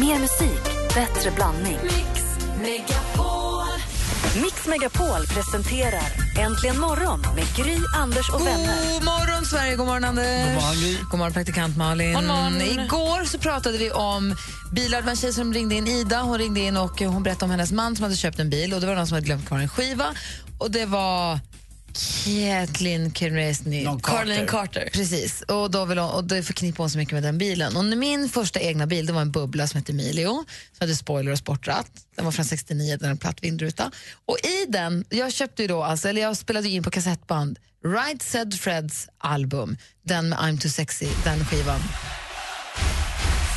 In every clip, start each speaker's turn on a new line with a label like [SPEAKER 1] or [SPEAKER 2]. [SPEAKER 1] Mer musik, bättre blandning.
[SPEAKER 2] Mix Megapol.
[SPEAKER 1] Mix Megapol presenterar Äntligen morgon med Gry, Anders och vänner.
[SPEAKER 3] God morgon, Sverige! God morgon, Anders!
[SPEAKER 4] God morgon, Gry.
[SPEAKER 3] God morgon, praktikant Malin.
[SPEAKER 2] God morgon.
[SPEAKER 3] Igår så pratade vi om bilar. Det var en tjej som ringde in, Ida. Hon ringde in och hon berättade om hennes man som hade köpt en bil och det var någon som hade glömt kvar en skiva. Och det var Kathleen Kirnesny.
[SPEAKER 4] Någon
[SPEAKER 3] Caroline
[SPEAKER 4] Carter.
[SPEAKER 3] Carter. Precis. Och, då vill hon, och det förknippar hon så mycket med den bilen. Och min första egna bil det var en bubbla som hette Emilio. Som hade spoiler och sportratt. Den var från 69, den hade en platt vindruta. Och i den, jag köpte ju då, alltså, eller jag spelade ju in på kassettband Right Said Freds album. Den med I'm Too Sexy, den skivan.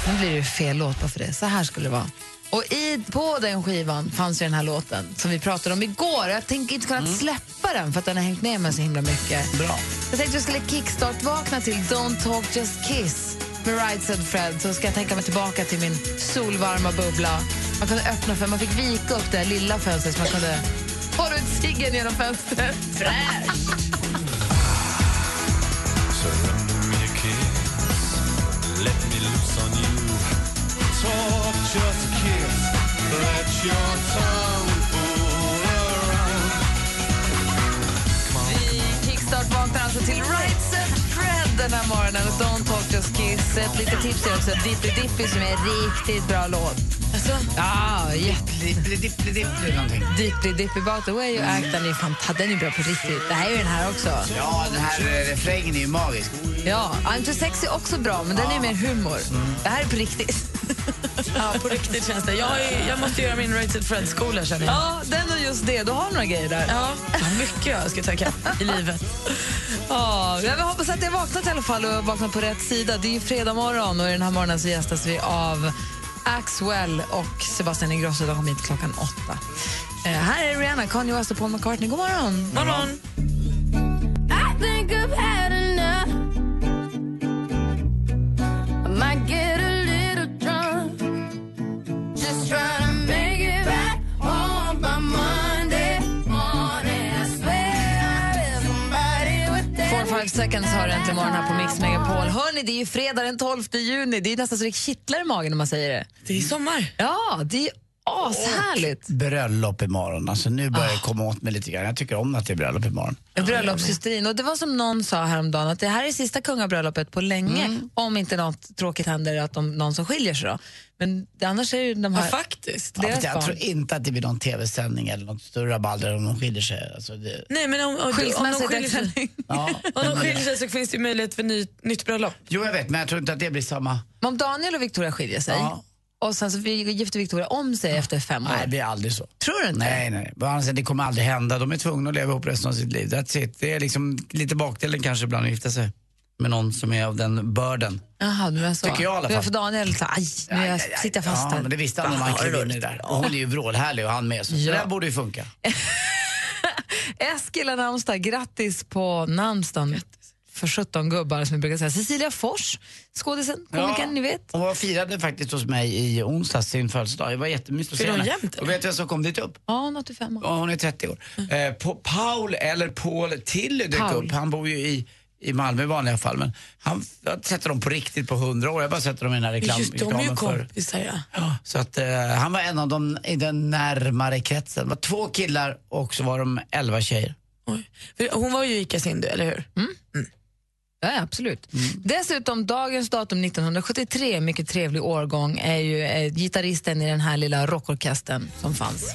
[SPEAKER 3] Nu blir det ju fel låt bara för det. Så här skulle det vara. Och i, på den skivan fanns ju den här låten som vi pratade om igår. Jag tänker inte kunna
[SPEAKER 4] Mm.
[SPEAKER 3] släppa den för att den har hängt med mig så himla mycket.
[SPEAKER 4] Bra.
[SPEAKER 3] Jag tänkte vi skulle kickstart-vakna till Don't Talk Just Kiss med Right Said Fred. Så ska jag tänka mig tillbaka till min solvarma bubbla. Man kunde öppna för man fick vika upp det här lilla fönstret så man kunde hålla ut ciggen genom fönstret.
[SPEAKER 5] Surrender me a kiss. Let me loose on you. Talk, just kiss. Let your tongue fool around.
[SPEAKER 3] Vi kickstart-vaknar alltså till Right Said Fred den här morgonen. Och Don't Talk Just Kiss. Ett litet tips är också Dippy Dippy som är en riktigt bra låt. Ja, jätte...
[SPEAKER 4] Dippli, dippli, dippli någonting.
[SPEAKER 3] Dippy Dippy About the way you act. Den är, fanta- den är bra på riktigt. Det här är ju den här också.
[SPEAKER 4] Ja, den här eh, refrängen är ju magisk.
[SPEAKER 3] Ja, I'm too sexy är också bra, men den är mer humor. Det här är på riktigt.
[SPEAKER 2] Mm. Ja, på riktigt känns det. Jag, är, jag måste göra min Right Said Fred-skola känner jag.
[SPEAKER 3] Ja, den och just det. Du har några grejer där.
[SPEAKER 2] Ja, mycket jag ska ta ikapp i livet.
[SPEAKER 3] Ja, jag hoppas att jag vaknat i alla fall och vaknat på rätt sida. Det är ju fredag morgon och den här morgonen så gästas vi av Axwell och Sebastian Ingrosso. De kom hit klockan åtta. Eh, här är Rihanna, Kanye West och Paul McCartney. God morgon!
[SPEAKER 2] Morgon.
[SPEAKER 6] I think I've had enough. I might get a little drunk. Just trying to make it back home by Monday morning. I swear I left somebody with
[SPEAKER 3] Four
[SPEAKER 6] that.
[SPEAKER 3] five seconds har äntligen morgon här på Mix Megapol. Hörni, det är ju fredag den 12 juni. Det är nästan så det kittlar i magen när man säger det.
[SPEAKER 2] Det är sommar.
[SPEAKER 3] Ja, det är ashärligt.
[SPEAKER 4] Bröllop imorgon. Alltså nu börjar jag komma åt mig lite grann. Jag tycker om att det är bröllop imorgon.
[SPEAKER 3] Bröllopshysterin. Och det var som någon sa häromdagen att det här är sista kungabröllopet på länge
[SPEAKER 4] Mm.
[SPEAKER 3] om inte något tråkigt händer, att de, någon som skiljer sig då. Men det- annars är ju de
[SPEAKER 2] Ja,
[SPEAKER 3] här...
[SPEAKER 2] faktiskt.
[SPEAKER 3] deras
[SPEAKER 4] Ja, jag
[SPEAKER 3] barn.
[SPEAKER 4] tror inte att det blir någon tv-sändning eller något större rabalder om de skiljer sig. Alltså det,
[SPEAKER 2] Nej, men om, om, de- om, de
[SPEAKER 3] Skilsmässa är
[SPEAKER 2] skiljer sig,
[SPEAKER 3] därför-
[SPEAKER 4] ja.
[SPEAKER 2] om de skiljer sig så finns det ju möjlighet för ny, nytt bröllop.
[SPEAKER 4] Jo, jag vet, men jag tror inte att det blir samma.
[SPEAKER 3] Men Om Daniel och Victoria skiljer sig
[SPEAKER 4] Ja.
[SPEAKER 3] och sen så gifter Victoria om sig efter fem år.
[SPEAKER 4] Nej, det blir aldrig så.
[SPEAKER 3] Tror du inte?
[SPEAKER 4] Nej, nej. Men annars, Det kommer aldrig hända. De är tvungna att leva ihop resten av sitt liv. That's it. Det är liksom lite bakdelen kanske ibland att gifta sig med någon som är av den börden.
[SPEAKER 3] Jaha, du menar så.
[SPEAKER 4] Tycker jag i alla
[SPEAKER 3] Det var
[SPEAKER 4] fall.
[SPEAKER 3] För Daniel så, aj, nu är jag, sitter jag fast
[SPEAKER 4] Ja,
[SPEAKER 3] här.
[SPEAKER 4] men det visste han när han klev in i det där. Och Hon är ju vrålhärlig och han med. Så
[SPEAKER 3] Ja.
[SPEAKER 4] det där borde ju funka.
[SPEAKER 3] Eskil har namnsdag. Grattis på namnsdagen för 17 gubbar som vi brukar säga. Cecilia Fors, skådisen, komikern, ni vet.
[SPEAKER 4] Hon var firade faktiskt hos mig i onsdags sin födelsedag. Det var jättemysigt att se
[SPEAKER 2] Fyller hon
[SPEAKER 4] henne.
[SPEAKER 2] jämt, eller?
[SPEAKER 4] Och vet du vem som kom dit upp?
[SPEAKER 3] Ja, hon är 85 år.
[SPEAKER 4] Ja, hon är 30 år. Eh, på Paul eller Paul Tilly dök
[SPEAKER 3] Mm. Paul.
[SPEAKER 4] upp. Han bor ju i, i Malmö i vanliga fall. Men han, jag har inte sett dem på riktigt på 100 år. Jag har bara sett dem i den här reklam,
[SPEAKER 2] Just de är ju
[SPEAKER 4] reklamen för.
[SPEAKER 2] kompisar ja.
[SPEAKER 4] Ja, så att eh, han var en av dem i den närmare kretsen. Det var två killar och så var de 11 tjejer.
[SPEAKER 2] Oj. För Hon var ju i Kasindu, eller hur?
[SPEAKER 3] Mm. Ja, absolut. Dessutom, dagens datum 1973, mycket trevlig årgång, är ju eh, gitarristen i den här lilla rockorkestern som fanns.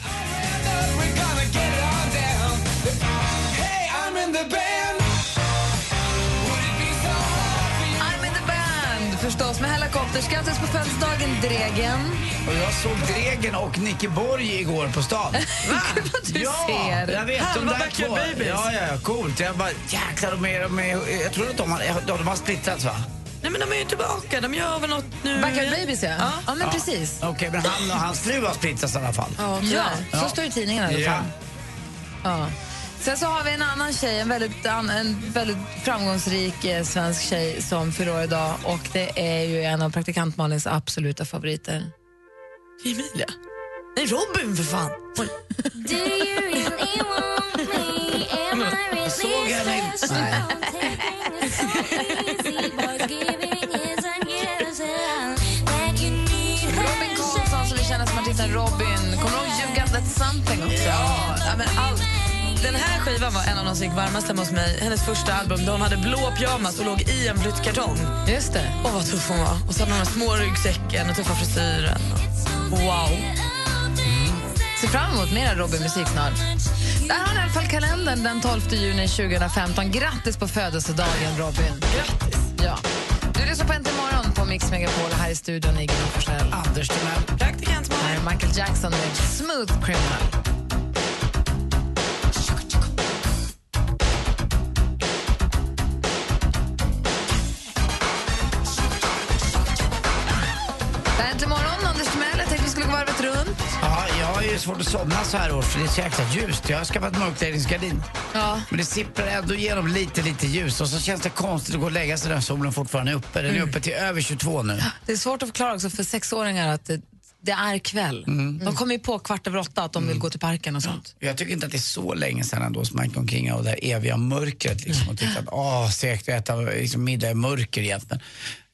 [SPEAKER 3] I'm in the band, förstås, med Hellacopters. Grattis på födelsedagen, Dregen.
[SPEAKER 4] Och jag såg Dregen och Nicke Borg igår på stan.
[SPEAKER 3] Gud, vad du
[SPEAKER 4] ja,
[SPEAKER 3] ser.
[SPEAKER 4] jag vet.
[SPEAKER 2] Halva
[SPEAKER 4] de där
[SPEAKER 2] Backyard
[SPEAKER 4] två.
[SPEAKER 2] Babies.
[SPEAKER 4] Ja, ja, ja, coolt. Jag bara, jäklar, de är, de är, jag tror att de har, ja, de har splittrats va?
[SPEAKER 2] Nej men de är ju tillbaka, de gör väl något nu.
[SPEAKER 3] Backyard
[SPEAKER 2] igen.
[SPEAKER 3] Babies, ja.
[SPEAKER 2] Ja.
[SPEAKER 3] Ja, men precis.
[SPEAKER 4] Okej, men han och hans fru har splittrats i alla fall.
[SPEAKER 2] Ja,
[SPEAKER 3] Ja,
[SPEAKER 2] tyvärr.
[SPEAKER 3] så står det i tidningen i alla fall. Ja. Sen så har vi en annan tjej, en väldigt, an- en väldigt framgångsrik eh, svensk tjej som fyller år idag och det är ju en av praktikant Malins absoluta favoriter.
[SPEAKER 2] Emilia? Nej, Robin för fan! Oj.
[SPEAKER 6] Do you really want me? Am I really
[SPEAKER 4] såg henne inte.
[SPEAKER 6] special? Taking it so easy, boys giving yes and yes and that you need
[SPEAKER 3] Robin artisten Robin. Kommer du ihåg You Got That Something också?
[SPEAKER 2] Ja, ja, men allt. Den här skivan var en av de som gick varmast hemma hos mig. Hennes första album där hon hade blå pyjamas och låg i en flyttkartong.
[SPEAKER 3] Just det.
[SPEAKER 2] Åh, vad tuff hon var. Och så hade hon den här små ryggsäcken och tuffa frisyren. Wow.
[SPEAKER 3] Ser fram emot mera Robin-musik snart. Där har ni i alla fall kalendern den 12 juni 2015. Grattis på födelsedagen, Robin. Grattis. Ja. Du lyssnar på Äntligen morgon på Mix Megapol. Här i studion är Gry Forssell.
[SPEAKER 4] Anders Timell.
[SPEAKER 2] Praktikant
[SPEAKER 3] Här är Michael Jackson med Smooth Criminal. Det här är Äntligen morgon, Anders Timell. Jag tänkte vi skulle gå varvet runt.
[SPEAKER 4] Ja, jag har ju svårt att somna så här års för det är så jäkla ljust. Jag har skaffat mörkläggningsgardin.
[SPEAKER 3] Ja.
[SPEAKER 4] Men det sipprar ändå igenom lite, lite ljus och så känns det konstigt att gå och lägga sig när solen fortfarande är uppe. Den
[SPEAKER 3] Mm.
[SPEAKER 4] är uppe till över 22 nu.
[SPEAKER 3] Det är svårt att förklara också för sexåringar att det, det är kväll. De kommer ju på kvart över åtta att de vill gå till parken och sånt.
[SPEAKER 4] Jag tycker inte att det är så länge sedan ändå som man gick omkring och det här eviga mörkret liksom, och tyckte att åh, segt att äta liksom, middag i mörker egentligen.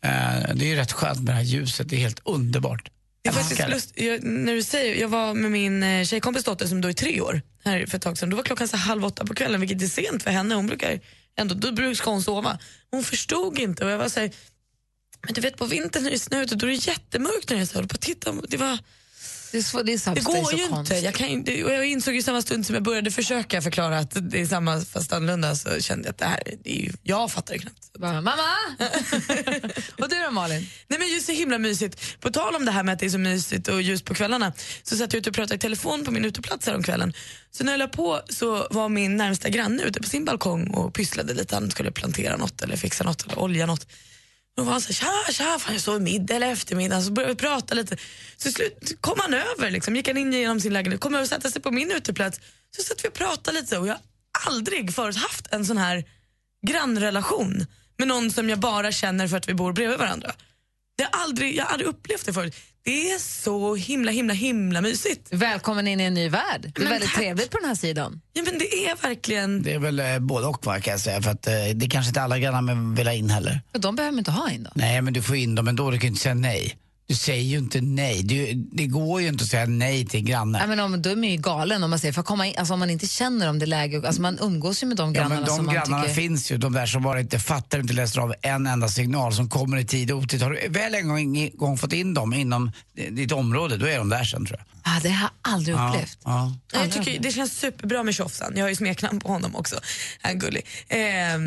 [SPEAKER 4] Eh, det är ju rätt skönt med det här ljuset, det är helt underbart.
[SPEAKER 2] Det är
[SPEAKER 4] Älskar
[SPEAKER 2] faktiskt
[SPEAKER 4] det.
[SPEAKER 2] lust, jag, när du säger, jag var med min eh, tjejkompis dotter som då är tre år här för ett tag sedan. Då var klockan så halv åtta på kvällen vilket är sent för henne. Hon brukar ändå, då brukar hon sova. Hon förstod inte och jag var så här, men du vet på vintern när det är snö ute då är det jättemörkt när det är så här. Och bara, Titta, det, var,
[SPEAKER 3] Det, är svår, det, är
[SPEAKER 2] det
[SPEAKER 3] substance
[SPEAKER 2] går ju
[SPEAKER 3] och konst.
[SPEAKER 2] inte. Jag, kan, ju inte- och jag insåg ju samma stund som jag började försöka förklara att det är samma fast annorlunda så kände jag att det här, det är ju, jag fattar det knappt.
[SPEAKER 3] Bara, Mamma! och du då Malin?
[SPEAKER 2] Nej men just så himla mysigt. På tal om det här med att det är så mysigt och ljus på kvällarna så satt jag ute och pratade i telefon på min uteplats här om kvällen. Så när jag la på så var min närmsta granne ute på sin balkong och pysslade lite. Han skulle plantera något eller fixa något eller olja något. Då var han så här, tja, tja, fan jag sov middag eller eftermiddag. Så började vi prata lite. Så till slut kom han över, liksom. gick han in genom sin lägenhet, kom över och satte sig på min uteplats. Så satt vi och pratade lite och jag har aldrig förut haft en sån här grannrelation med någon som jag bara känner för att vi bor bredvid varandra. Det har aldrig, jag har aldrig upplevt det förut. Det är så himla, himla, himla mysigt.
[SPEAKER 3] Välkommen in i en ny värld. Det är
[SPEAKER 2] Men
[SPEAKER 3] väldigt
[SPEAKER 2] tack.
[SPEAKER 3] trevligt på den här sidan.
[SPEAKER 2] Ja, men det är verkligen...
[SPEAKER 4] Det är väl eh, både och va, kan jag säga. För att, eh, det kanske inte alla grannar men vill ha in heller.
[SPEAKER 3] Och de behöver inte ha in då.
[SPEAKER 4] Nej, men du får in dem ändå. Du kan ju inte säga nej. Du säger ju inte nej. Du, det går ju inte att säga nej till
[SPEAKER 3] Nej,
[SPEAKER 4] grannen.
[SPEAKER 3] men om, de är ju galen om man säger, för att komma in, alltså, om man inte känner dem, det är läge, alltså, man umgås ju med de
[SPEAKER 4] Ja,
[SPEAKER 3] grannarna
[SPEAKER 4] men de
[SPEAKER 3] som man
[SPEAKER 4] grannarna
[SPEAKER 3] tycker...
[SPEAKER 4] finns ju, de där som bara inte fattar, inte läser av en enda signal som kommer i tid och otid. Har du väl en gång, en gång fått in dem inom ditt område, då är de där sen tror jag.
[SPEAKER 3] Ah, det har jag aldrig upplevt.
[SPEAKER 4] Ja,
[SPEAKER 2] Nej, Jag tycker, det känns superbra med Tjofsan. Jag har ju smeknamn på honom också. Han är gullig. Ehm,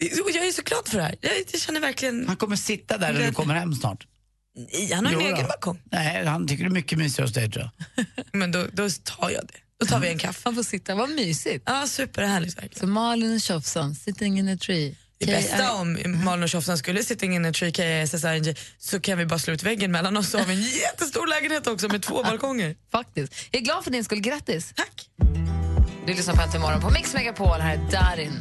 [SPEAKER 2] och jag är så glad för det här. Jag, jag känner verkligen...
[SPEAKER 4] Han kommer sitta där när du kommer hem snart.
[SPEAKER 2] Nej, han har ju en
[SPEAKER 4] Jo då.
[SPEAKER 2] egen balkong.
[SPEAKER 4] Nej, han tycker det är mycket mysigare hos dig tror jag.
[SPEAKER 2] Men då, då tar jag det. Då tar vi en kaffe.
[SPEAKER 3] Man får sitta, vad mysigt.
[SPEAKER 2] Ja, superhärligt verkligen.
[SPEAKER 3] Så Malin och Tjofsan, sitting in a tree.
[SPEAKER 2] Det bästa om Malin och Tjofsan skulle sitta in i KSSRNG så kan vi bara slå ut väggen mellan oss och har vi en jättestor lägenhet också med två balkonger.
[SPEAKER 3] Faktiskt. Jag är glad för din skull, grattis.
[SPEAKER 2] Tack!
[SPEAKER 3] Du lyssnar på Äntligen morgon på Mix Megapol. Här är Darin.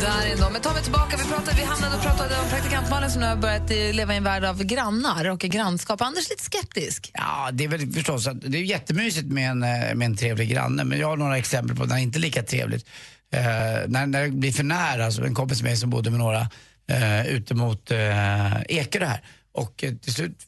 [SPEAKER 3] Darin då, men ta mig tillbaka. Vi, pratade, vi hamnade och pratade om praktikantmalen som nu har börjat eh, leva i en värld av grannar och grannskap. Anders är lite skeptisk.
[SPEAKER 4] Ja, det är väl förstås att det är jättemysigt med en, eh, med en trevlig granne, men jag har några exempel på när det inte är lika trevligt. Eh, när, när det blir för nära, alltså en kompis med mig som bodde med några uh, ute mot uh, Ekerö här. Och eh, till slut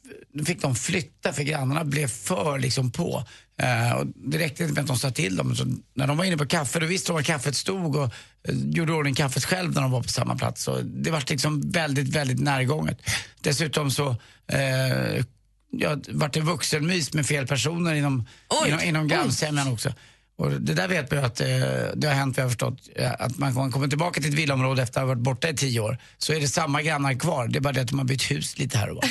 [SPEAKER 4] fick de flytta för grannarna blev för liksom på. Eh, och det räckte inte med att de sa till dem. Så när de var inne på kaffe, då visste de var kaffet stod och eh, gjorde i ordning kaffet själv när de var på samma plats. Och det var liksom väldigt, väldigt närgånget. Dessutom så eh, jag varit en vuxenmys med fel personer inom,
[SPEAKER 2] Oj.
[SPEAKER 4] inom, inom grannsämjan också. Och det där vet man ju att eh, det har hänt, vi har förstått, eh, att man, man kommer tillbaka till ett villaområde efter att ha varit borta i tio år, så är det samma grannar kvar. Det är bara det att de har bytt hus lite här och var.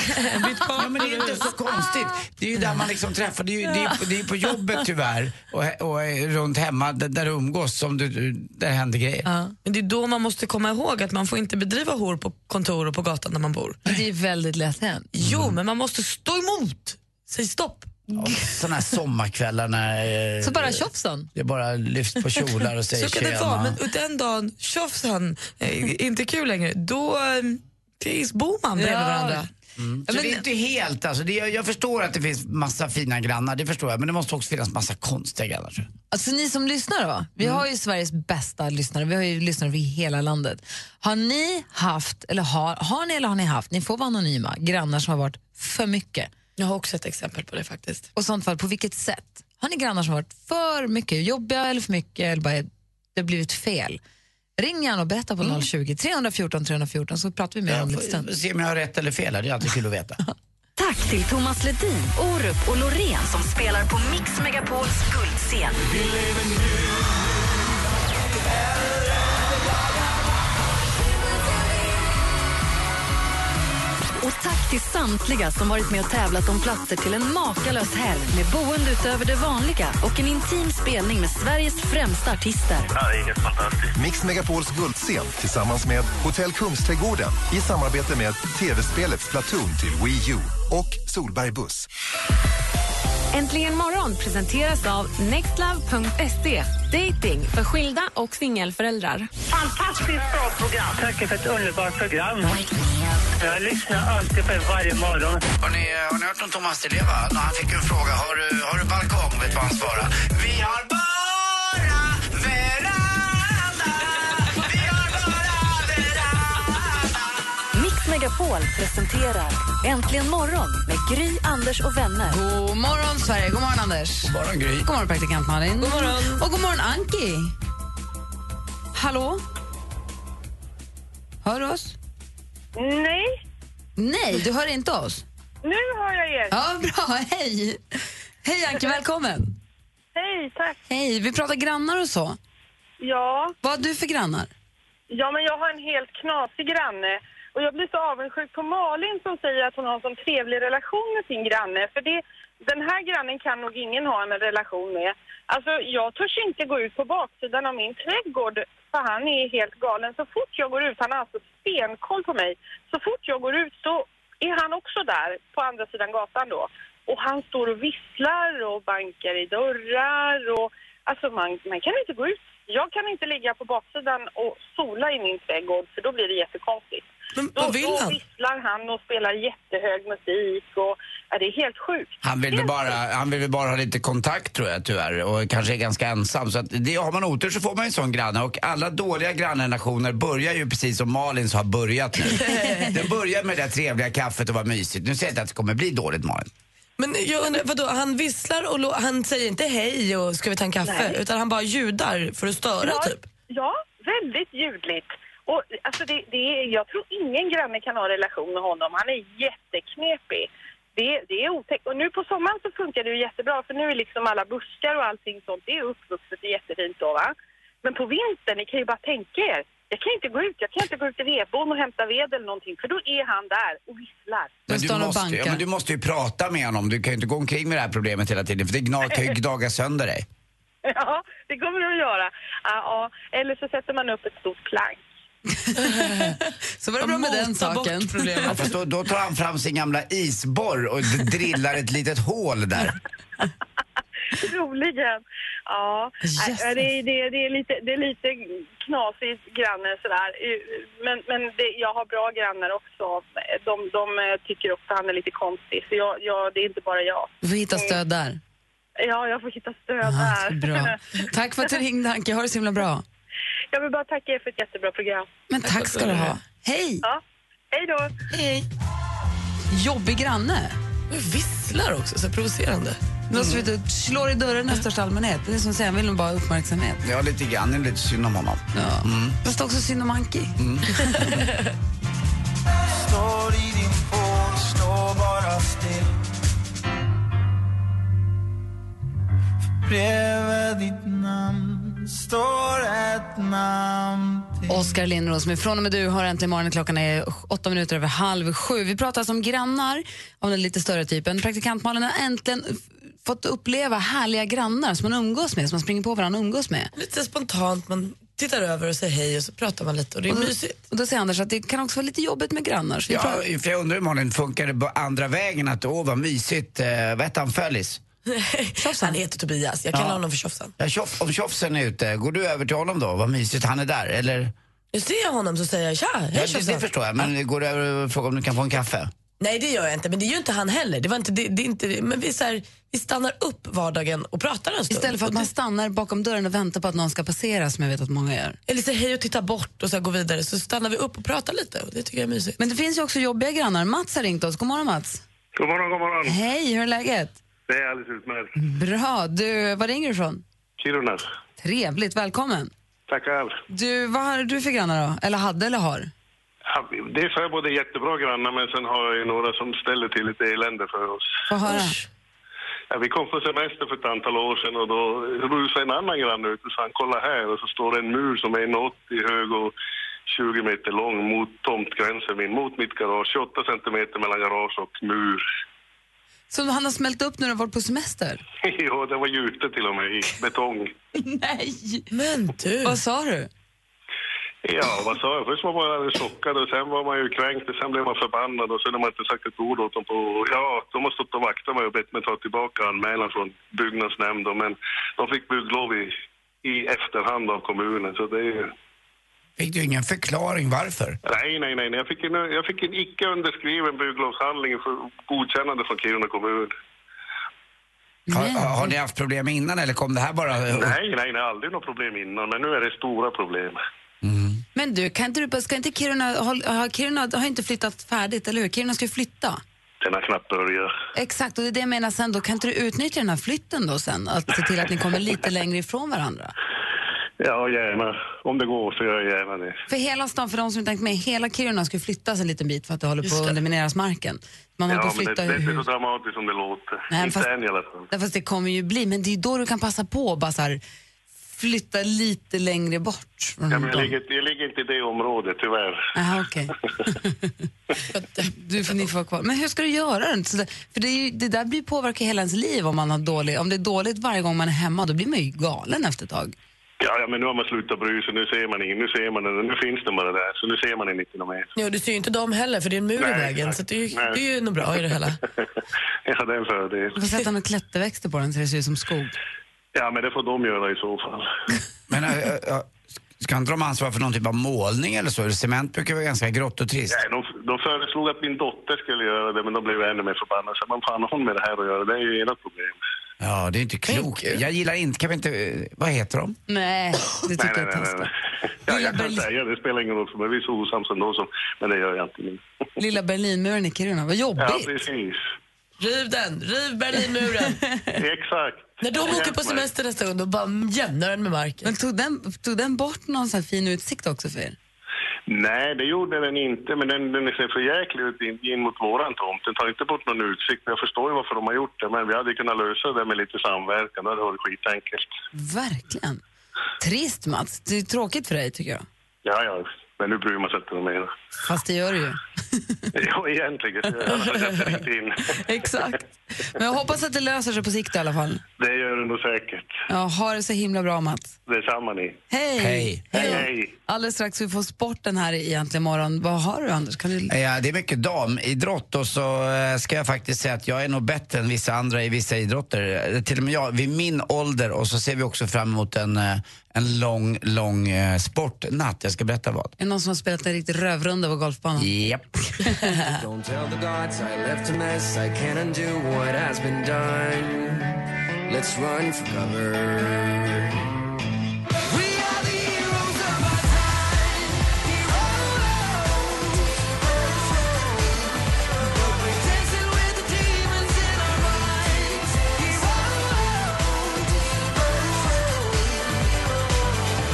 [SPEAKER 4] ja, men det är inte så konstigt. Det är ju där man liksom träffar, det är ju det är, på- det är på jobbet tyvärr och, he- och eh, runt hemma där, där du umgås som du, du- där händer grejer.
[SPEAKER 2] Men det är då man måste komma ihåg att man får inte bedriva hor på kontor och på gatan där man bor.
[SPEAKER 3] Men Det är väldigt lätt hänt.
[SPEAKER 2] Jo, men man måste stå emot. Säg stopp.
[SPEAKER 4] Ja, Sådana här sommarkvällar när eh,
[SPEAKER 3] Så bara tjofsan.
[SPEAKER 4] det bara lyfts på kjolar och säger
[SPEAKER 2] Så kan det
[SPEAKER 4] tjena.
[SPEAKER 2] vara. Men och den dagen tjofsan, eh, inte kul längre, då eh, finns- bor ehm, man bredvid varandra.
[SPEAKER 3] Ja,
[SPEAKER 4] Så
[SPEAKER 3] men-
[SPEAKER 4] det är inte helt, alltså, det, jag, jag förstår att det finns massa fina grannar, det förstår jag. Men det måste också finnas massa konstiga grannar. tror jag.
[SPEAKER 3] Alltså ni som lyssnar då, vi har ju Sveriges bästa lyssnare, vi har ju lyssnare över hela landet. Har ni haft, eller har, har ni eller har ni haft, ni får vara anonyma, grannar som har varit för mycket?
[SPEAKER 2] Jag har också ett exempel på det faktiskt.
[SPEAKER 3] Och i sånt fall, på vilket sätt? Har ni grannar som har varit för mycket jobbiga eller för mycket eller bara det har blivit fel? Ring gärna och berätta på 020 314 314 så pratar vi mer om det
[SPEAKER 4] Jag
[SPEAKER 3] lite stund.
[SPEAKER 4] får se om jag har rätt eller fel här, det är alltid kul att veta.
[SPEAKER 1] Tack till Thomas Ledin, Orup och Loreen som spelar på Mix Megapols guldscen. Och tack till samtliga som varit med och tävlat om platser till en makalös helg med boende utöver det vanliga och en intim spelning med Sveriges främsta artister.
[SPEAKER 7] Ja, det är helt fantastiskt.
[SPEAKER 8] Mix Megapols guldscen tillsammans med Hotell Kungsträdgården i samarbete med tv-spelet Splatoon till Wii U och Solberg Buss.
[SPEAKER 9] Äntligen morgon presenteras av nextlove.se. Dating för skilda och singelföräldrar.
[SPEAKER 10] Fantastiskt bra program. Tack för ett underbart program. Jag lyssnar alltid på er varje morgon.
[SPEAKER 4] Har ni, eh, har ni hört om Thomas Di Leva? No, han fick ju en fråga. Har du, har du balkong? Vet du vad han svarade? Vi har bara veranda. Vi har bara veranda.
[SPEAKER 1] Mix Megapol presenterar Äntligen morgon med Gry, Anders och vänner.
[SPEAKER 3] God morgon Sverige, god morgon Anders. God
[SPEAKER 4] Bara en grej.
[SPEAKER 3] God morgon praktikant Malin. God morgon. Och god morgon Anki. Hallå? Hör du oss?
[SPEAKER 10] Nej,
[SPEAKER 3] Nej, du hör inte oss.
[SPEAKER 10] nu har jag er.
[SPEAKER 3] Ja, bra. Hej. Hej Anki, välkommen.
[SPEAKER 10] Hej, tack.
[SPEAKER 3] Hej, vi pratar grannar och så.
[SPEAKER 10] Ja,
[SPEAKER 3] Vad har du för grannar?
[SPEAKER 10] ja, men jag har en helt knasig granne. Och jag blir så avundsjuk på Malin som säger att hon har en sån trevlig relation med sin granne. För det, den här grannen kan nog ingen ha en relation med. Alltså, jag törs inte gå ut på baksidan av min trädgård för han är helt galen. Så fort jag går ut, han har alltså stenkoll på mig. Så fort jag går ut så är han också där på andra sidan gatan då. Och han står och visslar och bankar i dörrar och alltså man, man kan inte gå ut. Jag kan inte ligga på baksidan och sola i min trädgård för då blir det jättekonstigt.
[SPEAKER 2] Men
[SPEAKER 10] Då,
[SPEAKER 2] vad vill
[SPEAKER 10] då
[SPEAKER 2] han?
[SPEAKER 10] visslar han och spelar jättehög musik och ja, det är helt sjukt.
[SPEAKER 4] Han vill, väl
[SPEAKER 10] Helt
[SPEAKER 4] bara, han vill väl bara ha lite kontakt tror jag tyvärr och kanske är ganska ensam. Så att det, har man otur så får man ju en sån granne och alla dåliga grannrelationer börjar ju precis som Malins har börjat nu. Den börjar med det där trevliga kaffet och var mysigt. Nu säger jag inte att det kommer bli dåligt Malin.
[SPEAKER 2] Men jag undrar, vadå, han visslar och lo- han säger inte hej och ska vi ta en kaffe?
[SPEAKER 10] Nej.
[SPEAKER 2] Utan han bara ljudar för att störa typ.
[SPEAKER 10] Ja, väldigt ljudligt. Och, alltså det, det är, jag tror ingen granne kan ha en relation med honom. Han är jätteknepig. Det, det är otäckt. Och nu på sommaren så funkar det ju jättebra för nu är liksom alla buskar och allting sånt, det är uppvuxet och jättefint då va. Men på vintern, ni kan ju bara tänka er, jag kan inte gå ut, jag kan inte gå ut i vedboden och hämta ved eller någonting för då är han där och visslar.
[SPEAKER 3] Då
[SPEAKER 4] Men du,
[SPEAKER 3] står han och
[SPEAKER 4] måste, ja,
[SPEAKER 3] bankar.
[SPEAKER 4] men du måste ju prata med honom. Du kan ju inte gå omkring med det här problemet hela tiden för det gna, kan ju gnaga sönder dig.
[SPEAKER 10] Ja, det kommer du att göra. Ja, ja. Eller så sätter man upp ett stort plank.
[SPEAKER 3] Så var det bra med den
[SPEAKER 2] Mota bort
[SPEAKER 3] saken.
[SPEAKER 2] problemet.
[SPEAKER 4] Ja, fast då, då tar han fram sin gamla isborr och d- drillar ett litet hål där.
[SPEAKER 10] Troligen. Ja,
[SPEAKER 3] Jesus.
[SPEAKER 10] Nej, det, är- det, är- det, är lite, det är lite knasigt granne sådär. Men, men det, jag har bra grannar också. De, de eh, tycker också att han är lite konstig. Så jag, jag, det är inte bara jag.
[SPEAKER 3] Du får hitta stöd där.
[SPEAKER 10] Ja, jag får hitta stöd
[SPEAKER 3] Ah,
[SPEAKER 10] här.
[SPEAKER 3] bra. Tack för att du ringde Anki, ha det så himla bra.
[SPEAKER 10] jag vill bara tacka er för ett jättebra program.
[SPEAKER 3] Men tack ska du ha. Hej.
[SPEAKER 10] Ja. Hej då!
[SPEAKER 3] Hej. Jobbig granne.
[SPEAKER 2] Men Visslar också, så provocerande.
[SPEAKER 3] Någon som vet, slår i dörren i största allmänhet. Det är som att säga, han vill nog bara ha uppmärksamhet.
[SPEAKER 4] Ja, lite grann. Det är lite synd om honom.
[SPEAKER 3] Ja. Fast också synd om Anki.
[SPEAKER 5] Står i din pool, står bara still Bredvid ditt namn står ett namn till
[SPEAKER 3] Oskar Lindros med Från och med du har äntligen morgonen. Klockan är åtta minuter över halv sju. Vi pratar alltså om grannar av den lite större typen. Praktikantmalen har äntligen f- fått uppleva härliga grannar som man umgås med, som man springer på varandra och umgås med.
[SPEAKER 2] Lite spontant, man tittar över och säger hej och så pratar man lite och det är mysigt.
[SPEAKER 3] Och då säger Anders att det kan också vara lite jobbigt med grannar. Så vi
[SPEAKER 4] Ja,
[SPEAKER 3] pratar-
[SPEAKER 4] för jag undrar imorgon, funkar det på andra vägen att åh vad mysigt, eh, vad hette han, Föllis?
[SPEAKER 2] Han heter Tobias, jag kallar
[SPEAKER 4] Ja.
[SPEAKER 2] honom för Tjofsan.
[SPEAKER 4] Ja, tjoff, om tjofsen är ute, går du över till honom då? Vad mysigt, han är där. Eller?
[SPEAKER 2] Nu ser jag honom så säger jag tja,
[SPEAKER 4] Ja,
[SPEAKER 2] hej
[SPEAKER 4] det, det
[SPEAKER 2] Tjofsan.
[SPEAKER 4] förstår jag, men går du över och frågar om du kan få en kaffe?
[SPEAKER 11] Nej, det gör jag inte. Men det är ju inte han heller. Det var inte, det, det är inte, men vi, är så här, vi stannar upp vardagen och pratar en stund.
[SPEAKER 3] Istället för att
[SPEAKER 11] Och
[SPEAKER 3] man
[SPEAKER 11] det-
[SPEAKER 3] stannar bakom dörren och väntar på att någon ska passera som jag vet att många gör.
[SPEAKER 11] Eller säger hej och tittar bort och så här går vidare. Så stannar vi upp och pratar lite. Och det tycker jag är mysigt.
[SPEAKER 3] Men det finns ju också jobbiga grannar. Mats har ringt oss. God morgon Mats.
[SPEAKER 2] God morgon, god morgon.
[SPEAKER 3] Hej, hur är läget?
[SPEAKER 2] Det är alldeles utmärkt.
[SPEAKER 3] Bra. Du, var ringer du ifrån?
[SPEAKER 2] Kiruna.
[SPEAKER 3] Trevligt, välkommen.
[SPEAKER 2] Tackar.
[SPEAKER 3] Du, vad har du för grannar då? Eller hade eller har?
[SPEAKER 2] Ja, Det är så här både jättebra grannar men sen har jag ju några som ställer till lite elände för oss.
[SPEAKER 3] Få höra.
[SPEAKER 2] Ja, vi kom på semester för ett antal år sedan och då rusade en annan granne ut och sa kolla här och så står det en mur som är 1,80 hög och 20 meter lång mot tomtgränsen min, mot mitt garage. 28 centimeter mellan garage och mur.
[SPEAKER 3] Som han har smält upp när du har varit på semester?
[SPEAKER 2] ja, det var gjutet till och med i betong.
[SPEAKER 3] Nej!
[SPEAKER 11] Men du!
[SPEAKER 3] Vad sa du?
[SPEAKER 2] Ja, vad sa jag? Först var man alldeles chockad och sen var man ju kränkt och sen blev man förbannad och sen har man inte sagt ett ord åt dem på... Ja, de har stått och vaktat mig och bett mig ta tillbaka anmälan från byggnadsnämnden men de fick bygglov i, i efterhand av kommunen så det är ju...
[SPEAKER 4] Fick du ingen förklaring varför?
[SPEAKER 2] Nej, nej, nej, nej. jag fick en, jag fick en icke underskriven bygglovshandling för godkännande från Kiruna kommun.
[SPEAKER 4] Har, har ni haft problem innan eller kom det här bara?
[SPEAKER 2] Nej, nej, nej, aldrig något problem innan men nu är det stora problem.
[SPEAKER 3] Men du, kan inte du, bara- ska inte Kiruna, har, har Kiruna har inte flyttat färdigt, eller hur? Kiruna ska ju flytta.
[SPEAKER 2] Den har knappt börjat.
[SPEAKER 3] Exakt, och det är det jag menar sen då. Kan inte du utnyttja den här flytten då sen? Att se till att ni kommer lite längre ifrån varandra?
[SPEAKER 2] Ja, gärna. Om det går så gör jag gärna det.
[SPEAKER 3] För hela stan, för de som inte tänkt med, hela Kiruna ska ju flyttas en liten bit för att det håller på att undermineras marken. Man håller på
[SPEAKER 2] ja,
[SPEAKER 3] att
[SPEAKER 2] men det,
[SPEAKER 3] flytta
[SPEAKER 2] det
[SPEAKER 3] hur-
[SPEAKER 2] är inte så dramatiskt som det låter.
[SPEAKER 3] Nej, men
[SPEAKER 2] inte
[SPEAKER 3] fast-
[SPEAKER 2] än i alla fall.
[SPEAKER 3] Därför att det kommer ju bli, men det är då du kan passa på och bara så här, flytta lite längre bort. från
[SPEAKER 2] Ja, men jag,
[SPEAKER 3] dem.
[SPEAKER 2] ligger, jag ligger inte i det området, tyvärr.
[SPEAKER 3] Jaha, okej. du får ni får vara kvar. Men hur ska du göra? Så där- För det, är ju, det där blir påverkar hela ens liv om man har dålig, om det är dåligt varje gång man är hemma, då blir man ju galen efter ett tag.
[SPEAKER 2] Ja, ja, men nu har man slutat bry sig. Nu ser man ingen. Nu ser man den. Nu finns den bara där. Så nu ser man den inte något mer.
[SPEAKER 11] Jo, du ser ju inte dem heller för det är en mur i
[SPEAKER 2] Nej,
[SPEAKER 11] vägen.
[SPEAKER 2] exakt.
[SPEAKER 11] Så det är, ju,
[SPEAKER 2] Nej.
[SPEAKER 11] det är ju nog bra i det hela.
[SPEAKER 2] ja, det är en fördel.
[SPEAKER 3] Du får sätta några klätterväxter på den så det ser ut som skog.
[SPEAKER 2] Ja, men det får de göra i så fall.
[SPEAKER 4] Men, äh, äh, ska inte de ansvara för någon typ av målning eller så? Cement brukar vara ganska grått och trist.
[SPEAKER 2] Nej, de, de föreslog att min dotter skulle göra det, men de blev ännu mer förbannade. Så man fan har hon med det här att göra? Det är ju era problem.
[SPEAKER 4] Ja, det är inte klokt. Jag gillar inte, kan vi inte, eh, vad heter de?
[SPEAKER 3] Nej, det tycker jag är taskigt.
[SPEAKER 2] Ja, jag kan säga det. spelar ingen roll för mig. Vi är så osams ändå, så, men det gör jag inte nu.
[SPEAKER 3] Lilla Berlinmuren i Kiruna, vad jobbigt.
[SPEAKER 2] Ja, precis.
[SPEAKER 11] Riv den! Riv Berlinmuren!
[SPEAKER 2] Exakt.
[SPEAKER 11] När de åker på semester nästa gång, då bara jämnar den med marken.
[SPEAKER 3] Men tog den, tog den bort någon sån här fin utsikt också för er?
[SPEAKER 2] Nej, det gjorde den inte, men den, den ser för jäklig ut in, in mot våran tomt. Den tar inte bort någon utsikt. Jag förstår ju varför de har gjort det, men vi hade ju kunnat lösa det med lite samverkan. Det hade varit skitenkelt.
[SPEAKER 3] Verkligen. Trist Mats, det är tråkigt för dig tycker jag.
[SPEAKER 2] Ja, ja, men nu bryr man sig inte mer.
[SPEAKER 3] Fast det gör det ju.
[SPEAKER 2] Ja, egentligen. så Jag hade därför ringt in.
[SPEAKER 3] Exakt. Men jag hoppas att det löser sig på sikt i alla fall.
[SPEAKER 2] Det gör det nog säkert.
[SPEAKER 3] Ja, ha det så himla bra Mats.
[SPEAKER 2] Detsamma ni.
[SPEAKER 3] Hej!
[SPEAKER 4] Hej.
[SPEAKER 2] Hej,
[SPEAKER 3] då.
[SPEAKER 2] hej.
[SPEAKER 3] Alldeles strax ska vi får sporten här i egentligen morgon. Vad har du Anders? Kan du...
[SPEAKER 4] Ja, det är mycket damidrott och så eh, ska jag faktiskt säga att jag är nog bättre än vissa andra i vissa idrotter. Eh, Till och med jag, vid min ålder och så ser vi också fram emot en, eh, en lång, lång eh, sportnatt. Jag ska berätta vad.
[SPEAKER 3] Är det någon som har spelat en riktig rövrunda på golfbanan?
[SPEAKER 4] Japp.
[SPEAKER 12] Don't tell the gods I left a mess. I can't undo what has been done. Let's run for cover. We are the heroes of our time. Heroes. But we're dancing with the demons in our minds. Heroes.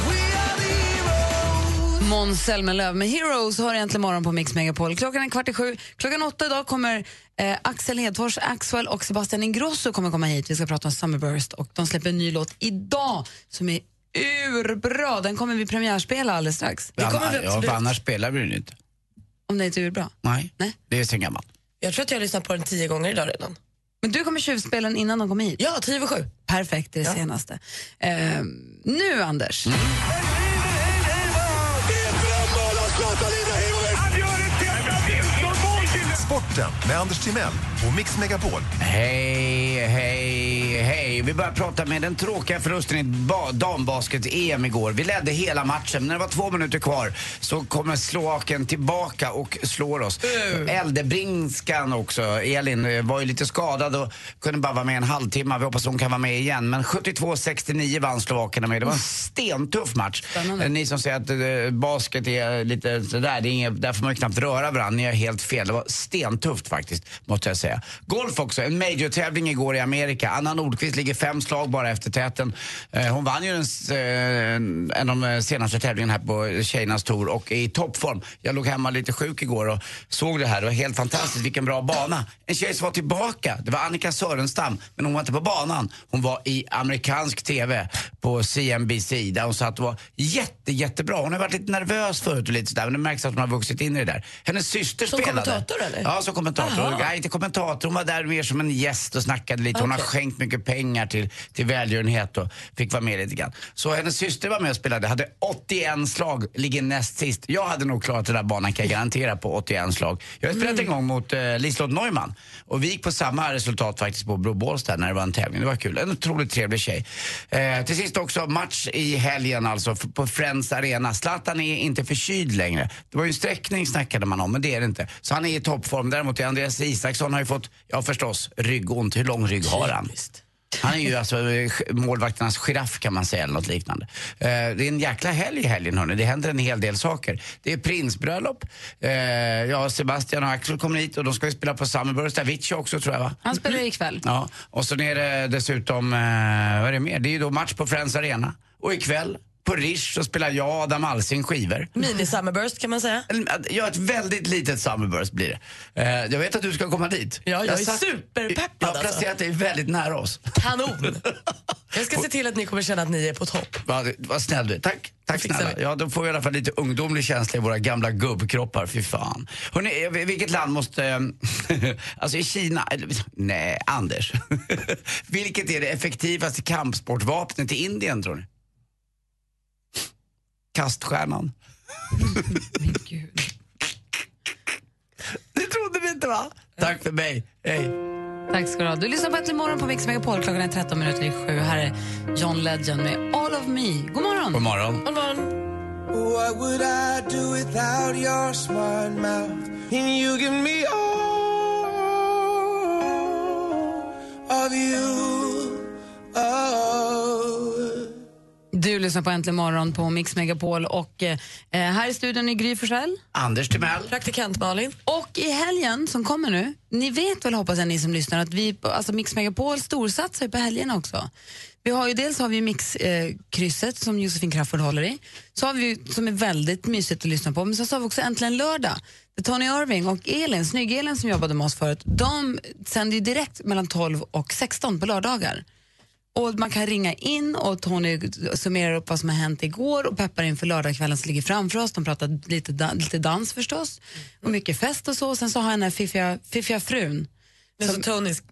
[SPEAKER 12] We are the
[SPEAKER 3] Måns Zelmerlöw med Heroes har egentligen morgon på Mix Megapol. Klockan är kvart i sju. Klockan åtta idag kommer eh, Axel Hedfors, Axwell och Sebastian Ingrosso kommer komma hit. Vi ska prata om Summerburst och de släpper en ny låt idag som är urbra. Den kommer vi premiärspela alldeles strax.
[SPEAKER 4] ja, för annars spelar vi ju inte.
[SPEAKER 3] Om den inte är urbra.
[SPEAKER 4] Nej, det är sen gammalt.
[SPEAKER 11] Jag tror att jag har lyssnat på den tio gånger idag redan.
[SPEAKER 3] Men du kommer tjuvspela den innan de kommer hit?
[SPEAKER 11] Ja, tio över sju.
[SPEAKER 3] Perfekt, det är det senaste. Eh, nu Anders.
[SPEAKER 4] Mm.
[SPEAKER 8] Sporten med Anders Timell och Mix Megapol.
[SPEAKER 4] Hej, hej, hej. City. Vi börjar prata med den tråkiga förlusten i ba- dambasket-EM igår. Vi ledde hela matchen, men när det var två minuter kvar så kommer sloaken tillbaka och slår oss. Eldebringskan också, Elin, eh, var ju lite skadad och kunde bara vara med en halvtimme. Vi hoppas hon kan vara med igen. Men 72-69 vann slovakerna med. Det var en stentuff match. Eh, Ni som säger att eh, basket är lite sådär, det är inget, där får man ju knappt röra varandra. Ni har helt fel. Det var stentufft faktiskt, måste jag säga. Golf också, en major-tävling igår i Amerika. Anna Nordqvist ligger fem slag bara efter täten. Eh, Hon vann ju den, s- eh, en av de senaste tävlingarna här på tjejernas tour och är i toppform. Jag låg hemma lite sjuk igår och såg det här. Det var helt fantastiskt, vilken bra bana. En tjej som var tillbaka, det var Annika Sörenstam, men hon var inte på banan. Hon var i amerikansk TV på CNBC där hon satt och var jätte, jättebra. Hon har varit lite nervös förut och lite sådär, men det märks att hon har vuxit in i det där. Hennes syster
[SPEAKER 2] Som
[SPEAKER 4] spelade.
[SPEAKER 2] kommentator, eller?
[SPEAKER 4] Ja, som kommentator.
[SPEAKER 2] Aha.
[SPEAKER 4] Nej, inte kommentator. Hon var där mer som en gäst och snackade lite. Hon har
[SPEAKER 2] Okej.
[SPEAKER 4] skänkt mycket pengar till, till välgörenhet och fick vara med lite grann. Så hennes syster var med och spelade, hade 81 slag, ligger näst sist. Jag hade nog klarat den där banan kan jag garantera på 81 slag. Jag har spelat en gång mot eh, Liselott Neumann och vi gick på samma resultat faktiskt på Brobolls där när det var en tävling. Det var kul. En otroligt trevlig tjej. Eh, till sist också match i helgen alltså f- på Friends Arena. Zlatan är inte förkyld längre. Det var ju en sträckning snackade man om, men det är det inte. Så han är i toppform. Däremot är Andreas Isaksson har ju fått, ja förstås, ryggont. Hur lång rygg har han? Han är ju alltså eh, målvakternas giraff kan man säga eller något liknande. Eh, det är en jäkla helg i helgen hörni. Det händer en hel del saker. Det är prinsbröllop. Eh, ja, Sebastian och Axel kommer hit och de ska ju spela på Summerburst. Avicii också tror jag va?
[SPEAKER 3] Han spelar ikväll.
[SPEAKER 4] Ja, och sen är det dessutom, eh, vad är det mer? Det är ju då match på Friends Arena. Och ikväll på Rish så spelar jag och Adam Alsing skivor.
[SPEAKER 2] Mini-summerburst kan man säga.
[SPEAKER 4] Ja, ett väldigt litet Summerburst blir det. Eh, jag vet att du ska komma dit.
[SPEAKER 2] Ja, jag, är
[SPEAKER 4] satt-
[SPEAKER 2] superpeppad alltså.
[SPEAKER 4] Jag har placerat dig väldigt nära oss.
[SPEAKER 2] Kanon! Jag ska se till att ni kommer känna att ni är på topp.
[SPEAKER 4] Vad, vad snäll du är. Tack. Tack
[SPEAKER 2] fixar
[SPEAKER 4] snälla. Ja, då får vi i alla fall lite ungdomlig känsla i våra gamla gubbkroppar. Fy fan. Hörrni, eh, vilket land måste... eh, alltså i Kina... eller, Nej, Anders. vilket är det effektivaste kampsportvapnet i Indien, tror ni? Kaststjärnan. Det trodde vi inte, va? Tack för mig. Hej.
[SPEAKER 3] Tack ska du ha. Du lyssnar på Äntligen morgon på Mix Megapol. Klockan är 13 minuter i sju. Här är John Legend med All of me. God morgon.
[SPEAKER 4] God morgon.
[SPEAKER 3] God morgon.
[SPEAKER 5] What would I do without your smart mouth? And you give me all of you. Oh.
[SPEAKER 3] Du lyssnar på Äntligen morgon på Mix Megapol och eh, här i studion är Gry Forssell.
[SPEAKER 4] Anders Timell.
[SPEAKER 2] Praktikant Malin.
[SPEAKER 3] Och i helgen som kommer nu, ni vet väl hoppas jag ni som lyssnar att vi, alltså Mix Megapol storsatsar ju på helgerna också. Vi har ju dels har vi Mix-krysset eh, krysset som Josefin Crafoord håller i, så har vi ju- som är väldigt mysigt att lyssna på, men sen så har vi också Äntligen lördag där Tony Irving och Elin, snygg-Elin som jobbade med oss förut, de sänder ju direkt mellan 12 och 16 på lördagar. Och Man kan ringa in och Tony summerar upp vad som har hänt igår och peppar inför lördagskvällen som ligger framför oss. De pratar lite, da- lite dans förstås och mycket fest och så. Sen så har jag den här fiffiga, fiffiga frun.
[SPEAKER 2] Men så Tonys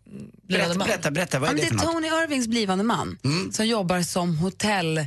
[SPEAKER 2] blivande man.
[SPEAKER 4] Berätta, berätta. Vad
[SPEAKER 3] Ja,
[SPEAKER 4] är
[SPEAKER 3] men det
[SPEAKER 4] det för
[SPEAKER 3] är
[SPEAKER 4] något? Mm.
[SPEAKER 3] Tony Irvings blivande man som jobbar som hotellfru,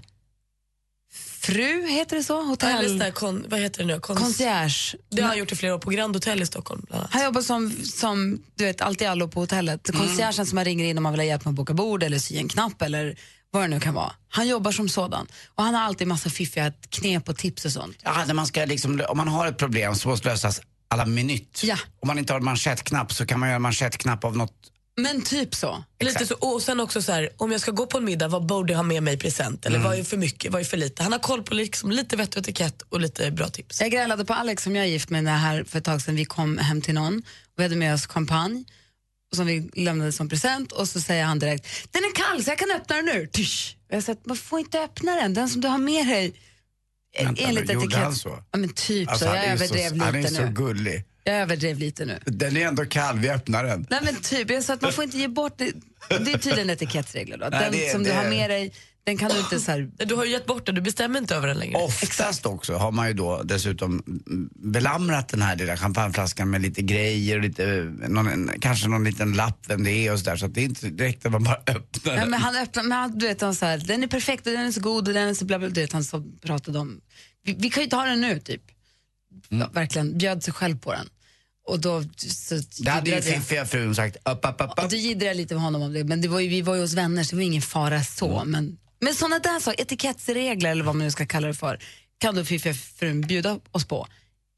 [SPEAKER 3] heter det så?
[SPEAKER 2] Ja, eller sån
[SPEAKER 3] Hotell...
[SPEAKER 2] där kon, vad heter det nu? Kon-
[SPEAKER 3] Concierge.
[SPEAKER 2] Det har han gjort i flera år på Grand Hotel i Stockholm. Bland annat.
[SPEAKER 3] Han jobbar som, som du vet, allt i allo på hotellet.
[SPEAKER 2] Mm.
[SPEAKER 3] Conciergen som man ringer in om man vill ha hjälp med att boka bord eller sy en knapp eller vad det nu kan vara. Han jobbar som sådan och han har alltid massa fiffiga knep och tips och sånt.
[SPEAKER 4] Ja, när man ska liksom, om man har ett problem så måste det lösas à la minute. Om man inte har en manschettknapp så kan man göra en manschettknapp av något.
[SPEAKER 3] Men typ så.
[SPEAKER 2] Lite så. Och sen också så här, om jag ska gå på en middag, vad borde jag ha med mig i present?
[SPEAKER 3] Mm.
[SPEAKER 2] Eller vad är för mycket, vad är för lite? Han har koll på liksom lite vett och etikett och lite bra tips.
[SPEAKER 3] Jag grälade på Alex som jag är gift med när här för ett tag sedan vi kom hem till någon. Vi hade med oss champagne som vi lämnade som present och så säger han direkt den är kall så jag kan öppna den nu. Tysch. Och Jag sa man får inte öppna den, den som du har med dig. eh,
[SPEAKER 4] Vänta nu,
[SPEAKER 3] enligt
[SPEAKER 4] gjorde
[SPEAKER 3] etikett.
[SPEAKER 4] han så?
[SPEAKER 3] Ja, men typ
[SPEAKER 4] Alltså,
[SPEAKER 3] så,
[SPEAKER 4] han
[SPEAKER 3] jag
[SPEAKER 4] är ju
[SPEAKER 3] överdrev
[SPEAKER 4] så, han är ju
[SPEAKER 3] lite
[SPEAKER 4] så
[SPEAKER 3] nu.
[SPEAKER 4] gullig.
[SPEAKER 3] Jag överdrev lite nu.
[SPEAKER 4] Den är ändå kall, vi öppnar den.
[SPEAKER 3] Nej men typ, jag sa att man får inte ge bort det. Det är tydligen etikettsregler då. Att
[SPEAKER 4] Nej,
[SPEAKER 3] den
[SPEAKER 4] det är-
[SPEAKER 3] som du
[SPEAKER 4] det
[SPEAKER 3] har
[SPEAKER 4] är-
[SPEAKER 3] med dig, den kan du inte så här...
[SPEAKER 2] Du har ju gett bort den, du bestämmer inte över den längre.
[SPEAKER 4] Oftast också har man ju då dessutom mm, belamrat den här lilla champagneflaskan med lite grejer och lite, eh, någon, en- kanske någon liten lapp vem det är och sådär. Så att det är inte direkt att man bara öppnar
[SPEAKER 3] Ja,
[SPEAKER 4] den.
[SPEAKER 3] men han öppnar, men han, du vet han så här, den är perfekt och den är så god och den är så bla bla, du vet han så
[SPEAKER 4] Mm.
[SPEAKER 3] pratade om, vi, vi kan ju ta den nu typ. Ja, verkligen, bjöd sig själv på den. Och då så
[SPEAKER 4] Det hade ju
[SPEAKER 3] jiddrade jag.
[SPEAKER 4] fiffiga frun sagt. Upp, upp, upp,
[SPEAKER 3] Och
[SPEAKER 4] upp.
[SPEAKER 3] då jiddrade jag lite med honom om det. Men det var ju, vi var ju hos vänner så det var ingen fara så. Men, men sådana där saker, etikettsregler eller vad man nu ska kalla det för, kan då fiffiga frun bjuda oss på.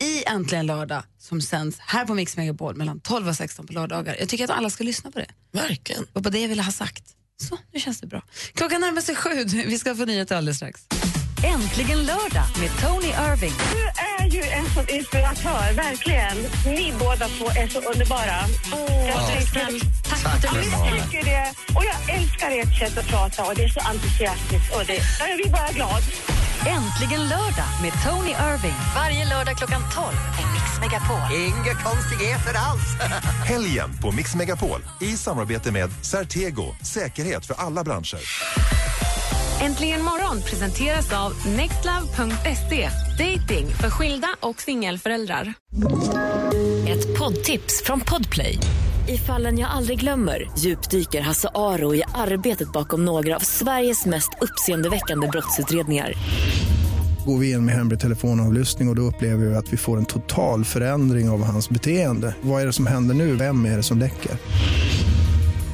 [SPEAKER 3] I Äntligen lördag som sänds här på Mix Megapol mellan 12 och 16 på lördagar. Jag tycker att alla ska lyssna på det.
[SPEAKER 13] Verkligen.
[SPEAKER 3] Och på det jag ville ha sagt. Så, nu känns det bra. Klockan närmar sig sju. Vi ska få nyheter alldeles strax.
[SPEAKER 14] Äntligen lördag med Tony Irving.
[SPEAKER 10] Du är ju en sån inspiratör, verkligen. Ni båda två är så underbara.
[SPEAKER 14] Ja.
[SPEAKER 10] jag tänker,
[SPEAKER 14] Tack
[SPEAKER 10] för
[SPEAKER 14] att du
[SPEAKER 10] jag
[SPEAKER 14] lyssnar.
[SPEAKER 10] tycker det. Och jag älskar ert sätt att prata och det är så entusiastiskt. Och det, ja, jag blir bara glad.
[SPEAKER 14] Äntligen lördag med Tony Irving. Varje lördag klockan 12 på Mix Megapol.
[SPEAKER 15] Inga konstigheter alls.
[SPEAKER 8] Helgen på Mix Megapol i samarbete med Certego, säkerhet för alla branscher.
[SPEAKER 16] Äntligen morgon presenteras av nextlove.se. Dating för skilda och singelföräldrar.
[SPEAKER 1] Ett poddtips från Podplay. I fallen jag aldrig glömmer djupdyker Hasse Aro i arbetet bakom några av Sveriges mest uppseendeväckande brottsutredningar.
[SPEAKER 5] Går vi in med hemlig telefonavlyssning och, och då upplever vi att vi får en total förändring av hans beteende. Vad är det som händer nu? Vem är det som läcker?